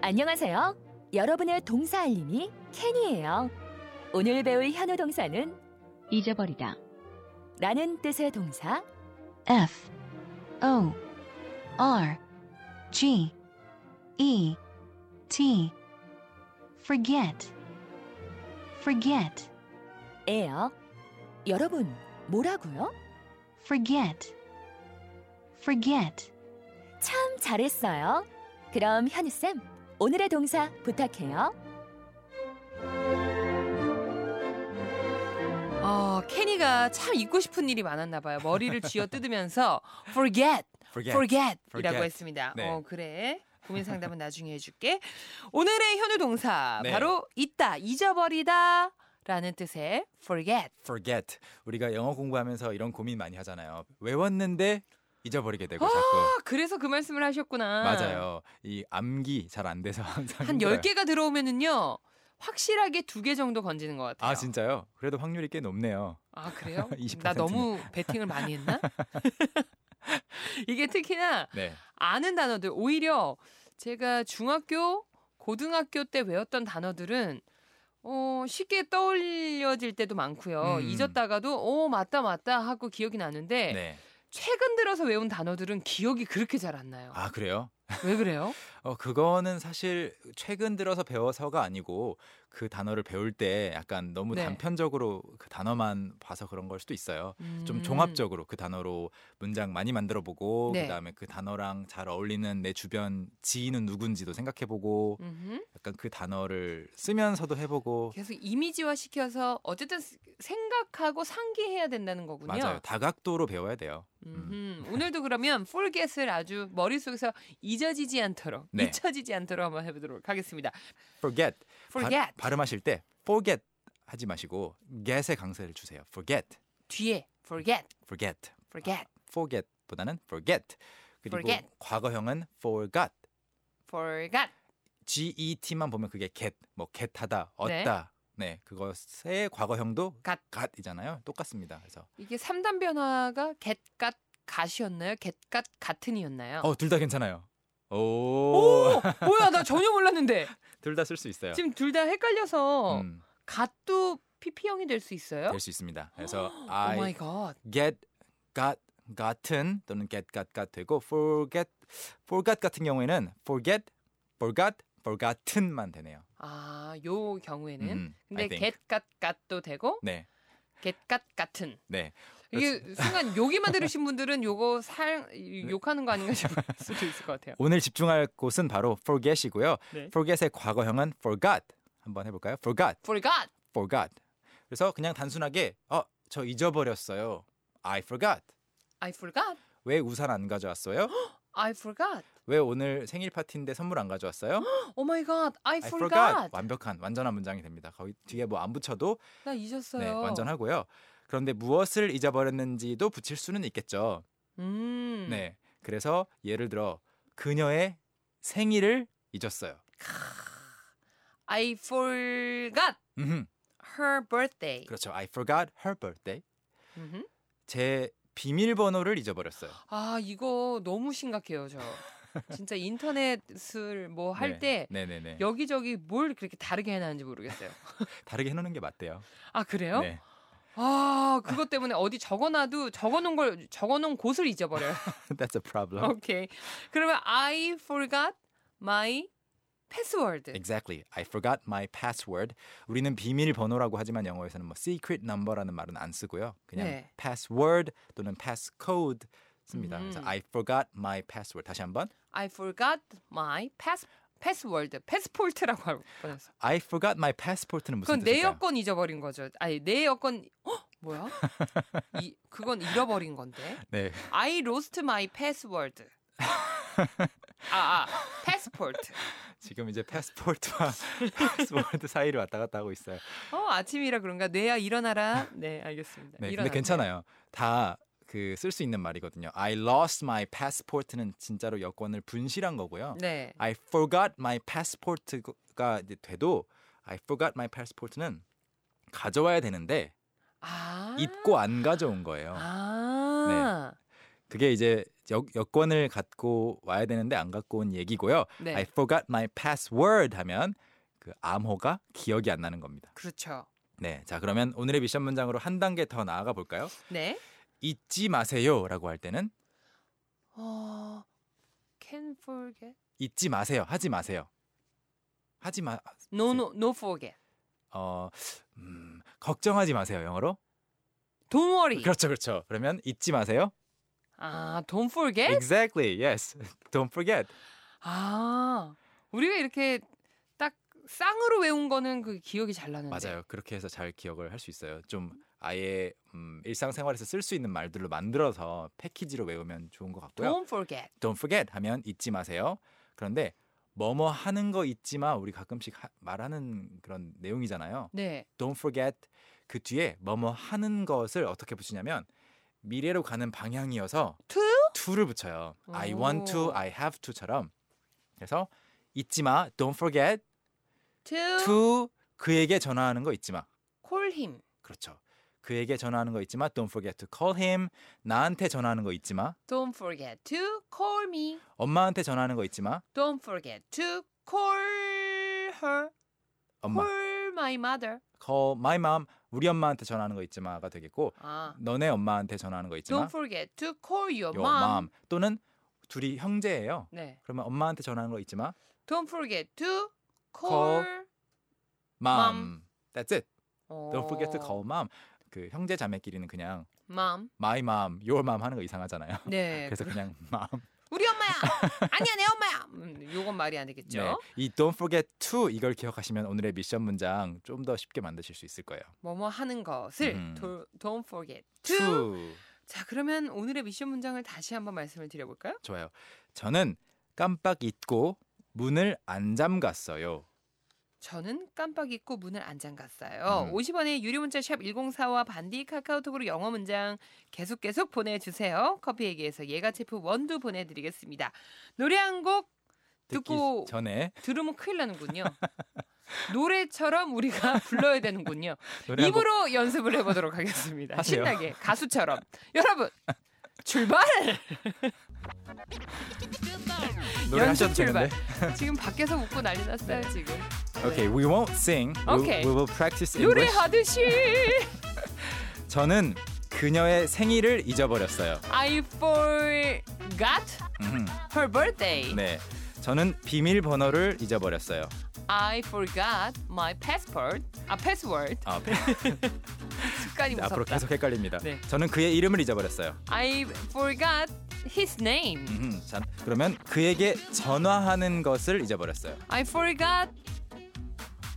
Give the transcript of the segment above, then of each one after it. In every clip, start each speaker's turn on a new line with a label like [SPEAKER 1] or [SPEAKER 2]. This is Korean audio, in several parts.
[SPEAKER 1] 안녕하세요. 여러분의 동사 알림이 캔이에요. 오늘 배울 현우 동사는
[SPEAKER 2] 잊어버리다.
[SPEAKER 1] 라는 뜻의 동사
[SPEAKER 2] F O R G E T forget forget
[SPEAKER 1] 예요. 여러분, 뭐라고요?
[SPEAKER 2] forget forget
[SPEAKER 1] 참 잘했어요. 그럼 현우쌤, 오늘의 동사 부탁해요.
[SPEAKER 3] 어, 케니가 참 잊고 싶은 일이 많았나 봐요. 머리를 쥐어 뜯으면서 forget,
[SPEAKER 4] Forget.
[SPEAKER 3] forget이라고
[SPEAKER 4] Forget.
[SPEAKER 3] 했습니다.
[SPEAKER 4] 네.
[SPEAKER 3] 어, 그래. 고민 상담은 나중에 해줄게. 오늘의 현우 동사
[SPEAKER 4] 네.
[SPEAKER 3] 바로 있다, 잊어버리다라는 뜻의 forget.
[SPEAKER 4] forget. 우리가 영어 공부하면서 이런 고민 많이 하잖아요. 외웠는데 잊어버리게 되고
[SPEAKER 3] 아,
[SPEAKER 4] 자꾸.
[SPEAKER 3] 그래서 그 말씀을 하셨구나.
[SPEAKER 4] 맞아요. 이 암기 잘 안 돼서 항상
[SPEAKER 3] 한
[SPEAKER 4] 힘들어요.
[SPEAKER 3] 10개가 들어오면은요. 확실하게 두 개 정도 건지는 것 같아요.
[SPEAKER 4] 아 진짜요? 그래도 확률이 꽤 높네요.
[SPEAKER 3] 아, 그래요?
[SPEAKER 4] 20%.
[SPEAKER 3] 나 너무 배팅을 많이 했나? 이게 특히나
[SPEAKER 4] 네.
[SPEAKER 3] 아는 단어들 오히려 제가 중학교 고등학교 때 외웠던 단어들은 어, 쉽게 떠올려질 때도 많고요.
[SPEAKER 4] 음.
[SPEAKER 3] 잊었다가도 어 맞다 맞다 하고 기억이 나는데
[SPEAKER 4] 네.
[SPEAKER 3] 최근 들어서 외운 단어들은 기억이 그렇게 잘 안 나요.
[SPEAKER 4] 아 그래요?
[SPEAKER 3] 왜 그래요?
[SPEAKER 4] 어 그거는 사실 최근 들어서 배워서가 아니고 그 단어를 배울 때 약간 너무
[SPEAKER 3] 네.
[SPEAKER 4] 단편적으로 그 단어만 봐서 그런 걸 수도 있어요. 좀
[SPEAKER 3] 음.
[SPEAKER 4] 종합적으로 그 단어로 문장 많이 만들어 보고
[SPEAKER 3] 네.
[SPEAKER 4] 그다음에 그 단어랑 잘 어울리는 내 주변 지인은 누군지도 생각해 보고
[SPEAKER 3] 음흠.
[SPEAKER 4] 약간 그 단어를 쓰면서도 해보고
[SPEAKER 3] 계속 이미지화 시켜서 어쨌든 스- 생각하고 상기해야 된다는 거군요.
[SPEAKER 4] 맞아요 다각도로 배워야 돼요
[SPEAKER 3] 음흠. 오늘도 그러면 forget을 아주 머릿속에서 잊어지지 않도록
[SPEAKER 4] 네.
[SPEAKER 3] 잊혀지지 않도록 한번 해보도록 하겠습니다.
[SPEAKER 4] forget,
[SPEAKER 3] forget
[SPEAKER 4] 바, 발음하실 때 forget 하지 마시고 get에 강세를 주세요 forget
[SPEAKER 3] 뒤에 forget,
[SPEAKER 4] forget
[SPEAKER 3] forget,
[SPEAKER 4] forget 보다는 forget 그리고
[SPEAKER 3] forget.
[SPEAKER 4] 과거형은 forgot
[SPEAKER 3] forgot.
[SPEAKER 4] get만 보면 그게 get 뭐 get하다
[SPEAKER 3] 네.
[SPEAKER 4] 얻다 네, 그것의 과거형도
[SPEAKER 3] got.
[SPEAKER 4] got이잖아요 똑같습니다 그래서
[SPEAKER 3] 이게 3단 변화가 get, got, got이었나요? get, got, 같은이었나요?
[SPEAKER 4] 어 둘 다 괜찮아요
[SPEAKER 3] 오,
[SPEAKER 4] 오둘 다 쓸 수
[SPEAKER 3] 뭐야, 나 전혀 몰랐는데.
[SPEAKER 4] 있어요
[SPEAKER 3] 지금 둘 다 헷갈려서
[SPEAKER 4] 음,
[SPEAKER 3] gat도 pp형이 될 수 있어요? Oh
[SPEAKER 4] 될수 있습니다 그래서
[SPEAKER 3] 오
[SPEAKER 4] I
[SPEAKER 3] 마이 갓.
[SPEAKER 4] get, got, gotten 또는 get, got, got 되고 forget, forgot 같은 경우에는 forget, forgot, forgotten만 되네요.
[SPEAKER 3] 아, 요 경우에는.
[SPEAKER 4] 음,
[SPEAKER 3] 근데
[SPEAKER 4] I think.
[SPEAKER 3] get, got, got도 되고
[SPEAKER 4] 네,
[SPEAKER 3] get, got, 같은.
[SPEAKER 4] 네.
[SPEAKER 3] 이게 순간 욕이만 들으신 분들은 요거 살
[SPEAKER 4] 네.
[SPEAKER 3] 욕하는 거 아닌가 싶을 수도 있을 것 같아요.
[SPEAKER 4] 오늘 집중할 곳은 바로 forget이고요.
[SPEAKER 3] 네.
[SPEAKER 4] forget의 과거형은 forgot. 한번 해볼까요? forgot,
[SPEAKER 3] forgot.
[SPEAKER 4] forgot. 그래서 그냥 단순하게 어, 저 잊어버렸어요. I forgot.
[SPEAKER 3] I forgot.
[SPEAKER 4] 왜 우산 안 가져왔어요?
[SPEAKER 3] I forgot.
[SPEAKER 4] 왜 오늘 생일 파티인데 선물 안 가져왔어요?
[SPEAKER 3] Oh my god. I
[SPEAKER 4] I
[SPEAKER 3] forgot.
[SPEAKER 4] 완벽한 완전한 문장이 됩니다. 거기 뒤에 뭐 안 붙여도
[SPEAKER 3] 나 잊었어요.
[SPEAKER 4] 네, 완전하고요. 그런데 무엇을 잊어버렸는지도 붙일 수는 있겠죠.
[SPEAKER 3] 음.
[SPEAKER 4] 네. 그래서 예를 들어 그녀의 생일을 잊었어요.
[SPEAKER 3] I forgot
[SPEAKER 4] 음흠.
[SPEAKER 3] her birthday.
[SPEAKER 4] 그렇죠. I forgot her birthday.
[SPEAKER 3] 음흠.
[SPEAKER 4] 제 비밀번호를 잊어버렸어요.
[SPEAKER 3] 아 이거 너무 심각해요 저. 진짜 인터넷을 뭐 할 때
[SPEAKER 4] 네, 네, 네.
[SPEAKER 3] 여기저기 뭘 그렇게 다르게 해놨는지 모르겠어요.
[SPEAKER 4] 다르게 해 놓는 게 맞대요.
[SPEAKER 3] 아 그래요?
[SPEAKER 4] 네.
[SPEAKER 3] 아 그것 때문에 어디 적어놔도 적어놓은 걸 적어놓은 곳을 잊어버려요.
[SPEAKER 4] That's a problem.
[SPEAKER 3] 오케이. 그러면 I forgot my
[SPEAKER 4] 네.
[SPEAKER 3] password.
[SPEAKER 4] Exactly. I forgot my password. 우리는 비밀번호라고 하지만 영어에서는 뭐 secret number라는 말은 안 쓰고요. 그냥
[SPEAKER 3] 네.
[SPEAKER 4] password 또는 passcode 씁니다.
[SPEAKER 3] 음.
[SPEAKER 4] 그래서 I forgot my password. 다시 한번.
[SPEAKER 3] I forgot my pass password. 패스포트라고 할 뻔했어.
[SPEAKER 4] I forgot my passport는 무슨
[SPEAKER 3] 그건 내
[SPEAKER 4] 뜻일까요?
[SPEAKER 3] 여권 잊어버린 거죠. 아니 내 여권 어 뭐야? 이 그건 잃어버린 건데.
[SPEAKER 4] 네.
[SPEAKER 3] I lost my password. 아, 아 패스포트.
[SPEAKER 4] 지금 이제 패스포트와 패스워드 사이를 왔다 갔다 하고 있어요.
[SPEAKER 3] 어 아침이라 그런가? 뇌야 일어나라. 네 알겠습니다.
[SPEAKER 4] 네. 근데
[SPEAKER 3] 일어나세요.
[SPEAKER 4] 괜찮아요. 다 그 쓸 수 있는 말이거든요. I lost my passport는 진짜로 여권을 분실한 거고요.
[SPEAKER 3] 네.
[SPEAKER 4] I forgot my passport가 이제 돼도 I forgot my passport는 가져와야 되는데
[SPEAKER 3] 아
[SPEAKER 4] 잊고 안 가져온 거예요.
[SPEAKER 3] 아.
[SPEAKER 4] 그게 이제 여, 여권을 갖고 와야 되는데 안 갖고 온 얘기고요.
[SPEAKER 3] 네.
[SPEAKER 4] I forgot my password 하면 그 암호가 기억이 안 나는 겁니다.
[SPEAKER 3] 그렇죠.
[SPEAKER 4] 네, 자 그러면 오늘의 미션 문장으로 한 단계 더 나아가 볼까요?
[SPEAKER 3] 네.
[SPEAKER 4] 잊지 마세요라고 할 때는
[SPEAKER 3] 어, can forget.
[SPEAKER 4] 잊지 마세요, 하지 마세요, 하지 마,
[SPEAKER 3] No, no, no forget.
[SPEAKER 4] 어, 음, 걱정하지 마세요 영어로.
[SPEAKER 3] Don't worry.
[SPEAKER 4] 그렇죠, 그렇죠. 그러면 잊지 마세요.
[SPEAKER 3] 아, don't
[SPEAKER 4] 네.
[SPEAKER 3] forget?
[SPEAKER 4] Exactly, yes. Don't forget.
[SPEAKER 3] 아, 우리가 이렇게 딱 쌍으로 외운 거는 그 기억이 잘 나는데.
[SPEAKER 4] 맞아요. 그렇게 해서 잘 기억을 할 수 있어요. 좀 아예 음, 일상생활에서 쓸 수 있는 말들로 만들어서 패키지로 외우면 좋은 것 같고요.
[SPEAKER 3] Don't forget.
[SPEAKER 4] Don't forget 하면 잊지 마세요. 그런데 뭐뭐 하는 거 잊지 마 우리 가끔씩 하- 말하는 그런 내용이잖아요.
[SPEAKER 3] 네.
[SPEAKER 4] Don't forget 그 뒤에 뭐뭐 하는 것을 어떻게 붙이냐면 미래로 가는 방향이어서
[SPEAKER 3] To?
[SPEAKER 4] to를 붙여요. I
[SPEAKER 3] 오.
[SPEAKER 4] want to, I have to처럼. 그래서 잊지 마, don't forget
[SPEAKER 3] To,
[SPEAKER 4] to 그에게 전화하는 거 잊지 마.
[SPEAKER 3] call him.
[SPEAKER 4] 그렇죠. 그에게 전화하는 거 잊지 마. Don't forget to call him. 나한테 전화하는 거 잊지 마.
[SPEAKER 3] Don't forget to call me.
[SPEAKER 4] 엄마한테 전화하는 거 잊지 마.
[SPEAKER 3] Don't forget to call her.
[SPEAKER 4] 엄마.
[SPEAKER 3] Call my mother.
[SPEAKER 4] Call my mom. 우리 엄마한테 전화하는 거 잊지 마가 되겠고
[SPEAKER 3] 아,
[SPEAKER 4] 너네 엄마한테 전화하는 거 잊지 마.
[SPEAKER 3] don't forget to call your,
[SPEAKER 4] Your mom. 또는 둘이 형제예요.
[SPEAKER 3] 네.
[SPEAKER 4] 그러면 엄마한테 전화하는 거 잊지 마.
[SPEAKER 3] Don't forget to
[SPEAKER 4] Call.
[SPEAKER 3] call.
[SPEAKER 4] Mom.
[SPEAKER 3] Mom.
[SPEAKER 4] That's it.
[SPEAKER 3] 어.
[SPEAKER 4] Don't forget to call mom. 그 형제 자매끼리는 그냥
[SPEAKER 3] mom.
[SPEAKER 4] my mom, your mom 하는 거 이상하잖아요.
[SPEAKER 3] 네.
[SPEAKER 4] 그래서 그냥 mom.
[SPEAKER 3] 우리 엄마야. 아니야 내 엄마야. 음, 요건 말이 안 되겠죠.
[SPEAKER 4] 네. 이 don't forget to 이걸 기억하시면 오늘의 미션 문장 좀 더 쉽게 만드실 수 있을 거예요.
[SPEAKER 3] 뭐뭐 하는 것을
[SPEAKER 4] 음.
[SPEAKER 3] do, don't forget to.
[SPEAKER 4] to.
[SPEAKER 3] 자 그러면 오늘의 미션 문장을 다시 한번 말씀을 드려볼까요?
[SPEAKER 4] 좋아요. 저는 깜빡 잊고 문을 안 잠갔어요.
[SPEAKER 3] 저는 깜빡 잊고 문을 안 잠갔어요.
[SPEAKER 4] 음.
[SPEAKER 3] 50원의 유료 문자 샵 1045와 반디 카카오톡으로 영어 문장 계속 계속 보내주세요. 커피 얘기에서 예가 제프 원두 보내드리겠습니다. 노래 한 곡
[SPEAKER 4] 듣기
[SPEAKER 3] 듣고
[SPEAKER 4] 전에
[SPEAKER 3] 들으면 큰일 나는군요. 노래처럼 우리가 불러야 되는군요.
[SPEAKER 4] 노래 한곡
[SPEAKER 3] 입으로 연습을 해보도록 하겠습니다.
[SPEAKER 4] 하세요.
[SPEAKER 3] 신나게 가수처럼 여러분 출발
[SPEAKER 4] 노래
[SPEAKER 3] 연습
[SPEAKER 4] 하셔도 되는데.
[SPEAKER 3] 지금 밖에서 웃고 난리 났어요
[SPEAKER 4] 네.
[SPEAKER 3] 지금
[SPEAKER 4] Okay, we won't sing. We-
[SPEAKER 3] Okay.
[SPEAKER 4] We, will practice English.
[SPEAKER 3] 노래하듯이
[SPEAKER 4] 저는 그녀의 생일을 잊어버렸어요.
[SPEAKER 3] I forgot
[SPEAKER 4] 음,
[SPEAKER 3] her birthday.
[SPEAKER 4] 네. 저는 비밀번호를 잊어버렸어요.
[SPEAKER 3] I forgot my passport. 아 패스워드
[SPEAKER 4] 아,
[SPEAKER 3] 습관이 무섭다.
[SPEAKER 4] 앞으로 계속 헷갈립니다.
[SPEAKER 3] 네.
[SPEAKER 4] 저는 그의 이름을 잊어버렸어요.
[SPEAKER 3] I forgot his name.
[SPEAKER 4] 음, 자, 그러면 그에게 전화하는 것을 잊어버렸어요.
[SPEAKER 3] I forgot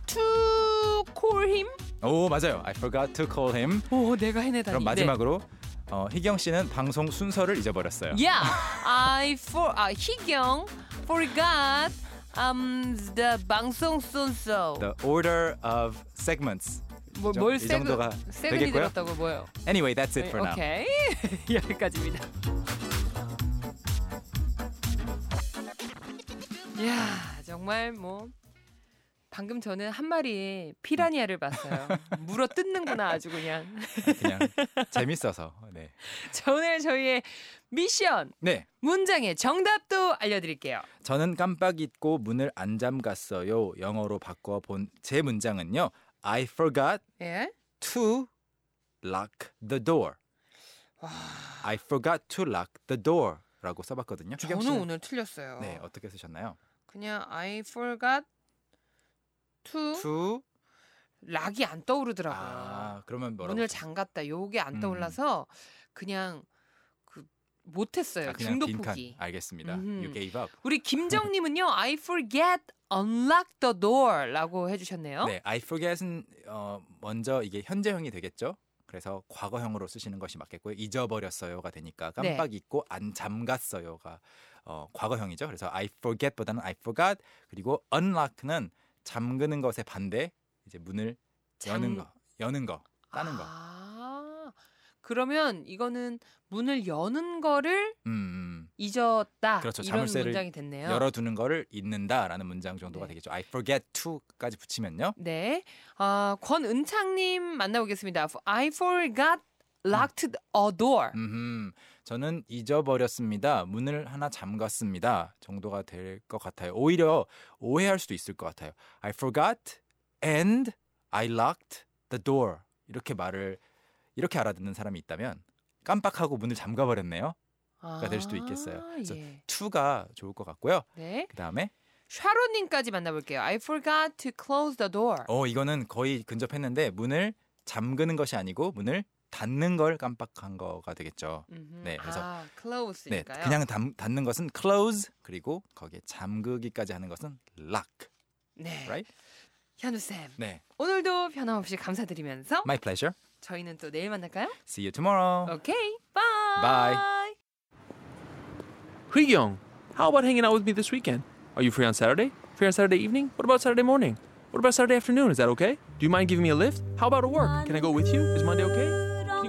[SPEAKER 3] to call him.
[SPEAKER 4] 오, 맞아요. I forgot to call him.
[SPEAKER 3] 오 내가 해내다니. 네.
[SPEAKER 4] 그럼 마지막으로 어, 희경 씨는 방송 순서를 잊어버렸어요.
[SPEAKER 3] 네. Yeah, I for 아 희경 forgot um the 방송 순서.
[SPEAKER 4] The order of segments.
[SPEAKER 3] 뭐,
[SPEAKER 4] 정-
[SPEAKER 3] 뭘
[SPEAKER 4] 네, 이
[SPEAKER 3] 세그-
[SPEAKER 4] 정도가
[SPEAKER 3] 세근이
[SPEAKER 4] 되겠고요.
[SPEAKER 3] 들었다고 뭐요?
[SPEAKER 4] Anyway, that's it for now.
[SPEAKER 3] 오케이 여기까지입니다. 야 정말 뭐 방금 저는 한 마리의 피라니아를 봤어요. 물어 뜯는구나 아주 그냥.
[SPEAKER 4] 그냥 재밌어서. 네.
[SPEAKER 3] 자, 오늘 저희의 미션
[SPEAKER 4] 네.
[SPEAKER 3] 문장의 정답도 알려드릴게요.
[SPEAKER 4] 저는 깜빡 잊고 문을 안 잠갔어요. 영어로 바꿔 본 제 문장은요. I forgot
[SPEAKER 3] 예.
[SPEAKER 4] to lock the door. I forgot to lock the door라고 써봤거든요. 희경
[SPEAKER 3] 저는
[SPEAKER 4] 씨는-
[SPEAKER 3] 오늘 아. 틀렸어요.
[SPEAKER 4] 네 어떻게 쓰셨나요?
[SPEAKER 3] 그냥 I forgot to,
[SPEAKER 4] To
[SPEAKER 3] 락이 안 떠오르더라고요.
[SPEAKER 4] 아 그러면 뭐라고?
[SPEAKER 3] 문을
[SPEAKER 4] 쓰-
[SPEAKER 3] 잠갔다 요게 안
[SPEAKER 4] 음.
[SPEAKER 3] 떠올라서 그냥 그 못했어요
[SPEAKER 4] 아, 그냥
[SPEAKER 3] 중도
[SPEAKER 4] 빈칸.
[SPEAKER 3] 포기
[SPEAKER 4] 알겠습니다.
[SPEAKER 3] 음흠.
[SPEAKER 4] You gave up.
[SPEAKER 3] 우리 김정님은요 I forget unlock the door라고 해주셨네요
[SPEAKER 4] 네, I forget은 어, 먼저 이게 현재형이 되겠죠. 그래서 과거형으로 쓰시는 것이 맞겠고요. 잊어버렸어요가 되니까
[SPEAKER 3] 네.
[SPEAKER 4] 깜빡 잊고 안 잠갔어요가 어, 과거형이죠. 그래서 I forget보다는 I forgot 그리고 unlock는 잠그는 것의 반대 이제 문을 여는 거, 여는 거, 따는 거.
[SPEAKER 3] 아, 그러면 이거는 문을 여는 거를
[SPEAKER 4] 음, 음.
[SPEAKER 3] 잊었다
[SPEAKER 4] 그렇죠.
[SPEAKER 3] 이런
[SPEAKER 4] 자물쇠를
[SPEAKER 3] 문장이 됐네요
[SPEAKER 4] 열어두는 거를 잊는다라는 문장 정도가
[SPEAKER 3] 네.
[SPEAKER 4] 되겠죠. I forget to까지 붙이면요.
[SPEAKER 3] 네, 아, 네. 권은창님 만나보겠습니다 I forgot locked a door
[SPEAKER 4] 음, 저는 잊어버렸습니다. 문을 하나 잠갔습니다. 정도가 될 것 같아요. 오히려 오해할 수도 있을 것 같아요. I forgot and I locked the door. 이렇게 말을 이렇게 알아듣는 사람이 있다면 깜빡하고 문을 잠가버렸네요.
[SPEAKER 3] 가
[SPEAKER 4] 될 수도 있겠어요. 그래서
[SPEAKER 3] 아, 예.
[SPEAKER 4] 투가 좋을 것 같고요.
[SPEAKER 3] 네.
[SPEAKER 4] 그 다음에
[SPEAKER 3] 샤로님까지 만나볼게요. I forgot to close the door.
[SPEAKER 4] 어 이거는 거의 근접했는데 문을 잠그는 것이 아니고 문을 닫는 걸 깜빡한 거가 되겠죠.
[SPEAKER 3] 음흠.
[SPEAKER 4] 네, 그래서-
[SPEAKER 3] 아,
[SPEAKER 4] 네,
[SPEAKER 3] close니까요.
[SPEAKER 4] 그냥 담, 닫는 것은 close 그리고 거기에 잠그기까지 하는 것은 lock.
[SPEAKER 3] 네.
[SPEAKER 4] right?
[SPEAKER 3] 현우 쌤,
[SPEAKER 4] 네,
[SPEAKER 3] 오늘도 변함없이 감사드리면서
[SPEAKER 4] my pleasure.
[SPEAKER 3] 저희는 또 내일 만날까요?
[SPEAKER 4] See you tomorrow.
[SPEAKER 3] 오케이, 바이.
[SPEAKER 4] 어. Bye.
[SPEAKER 5] Young, how about hanging out with me this weekend? Are you free on Saturday? Free on Saturday evening? What about Saturday morning? What about Saturday afternoon? Is that okay? Do you mind giving me a lift? How about at work? Can I go with you? Is Monday okay? Can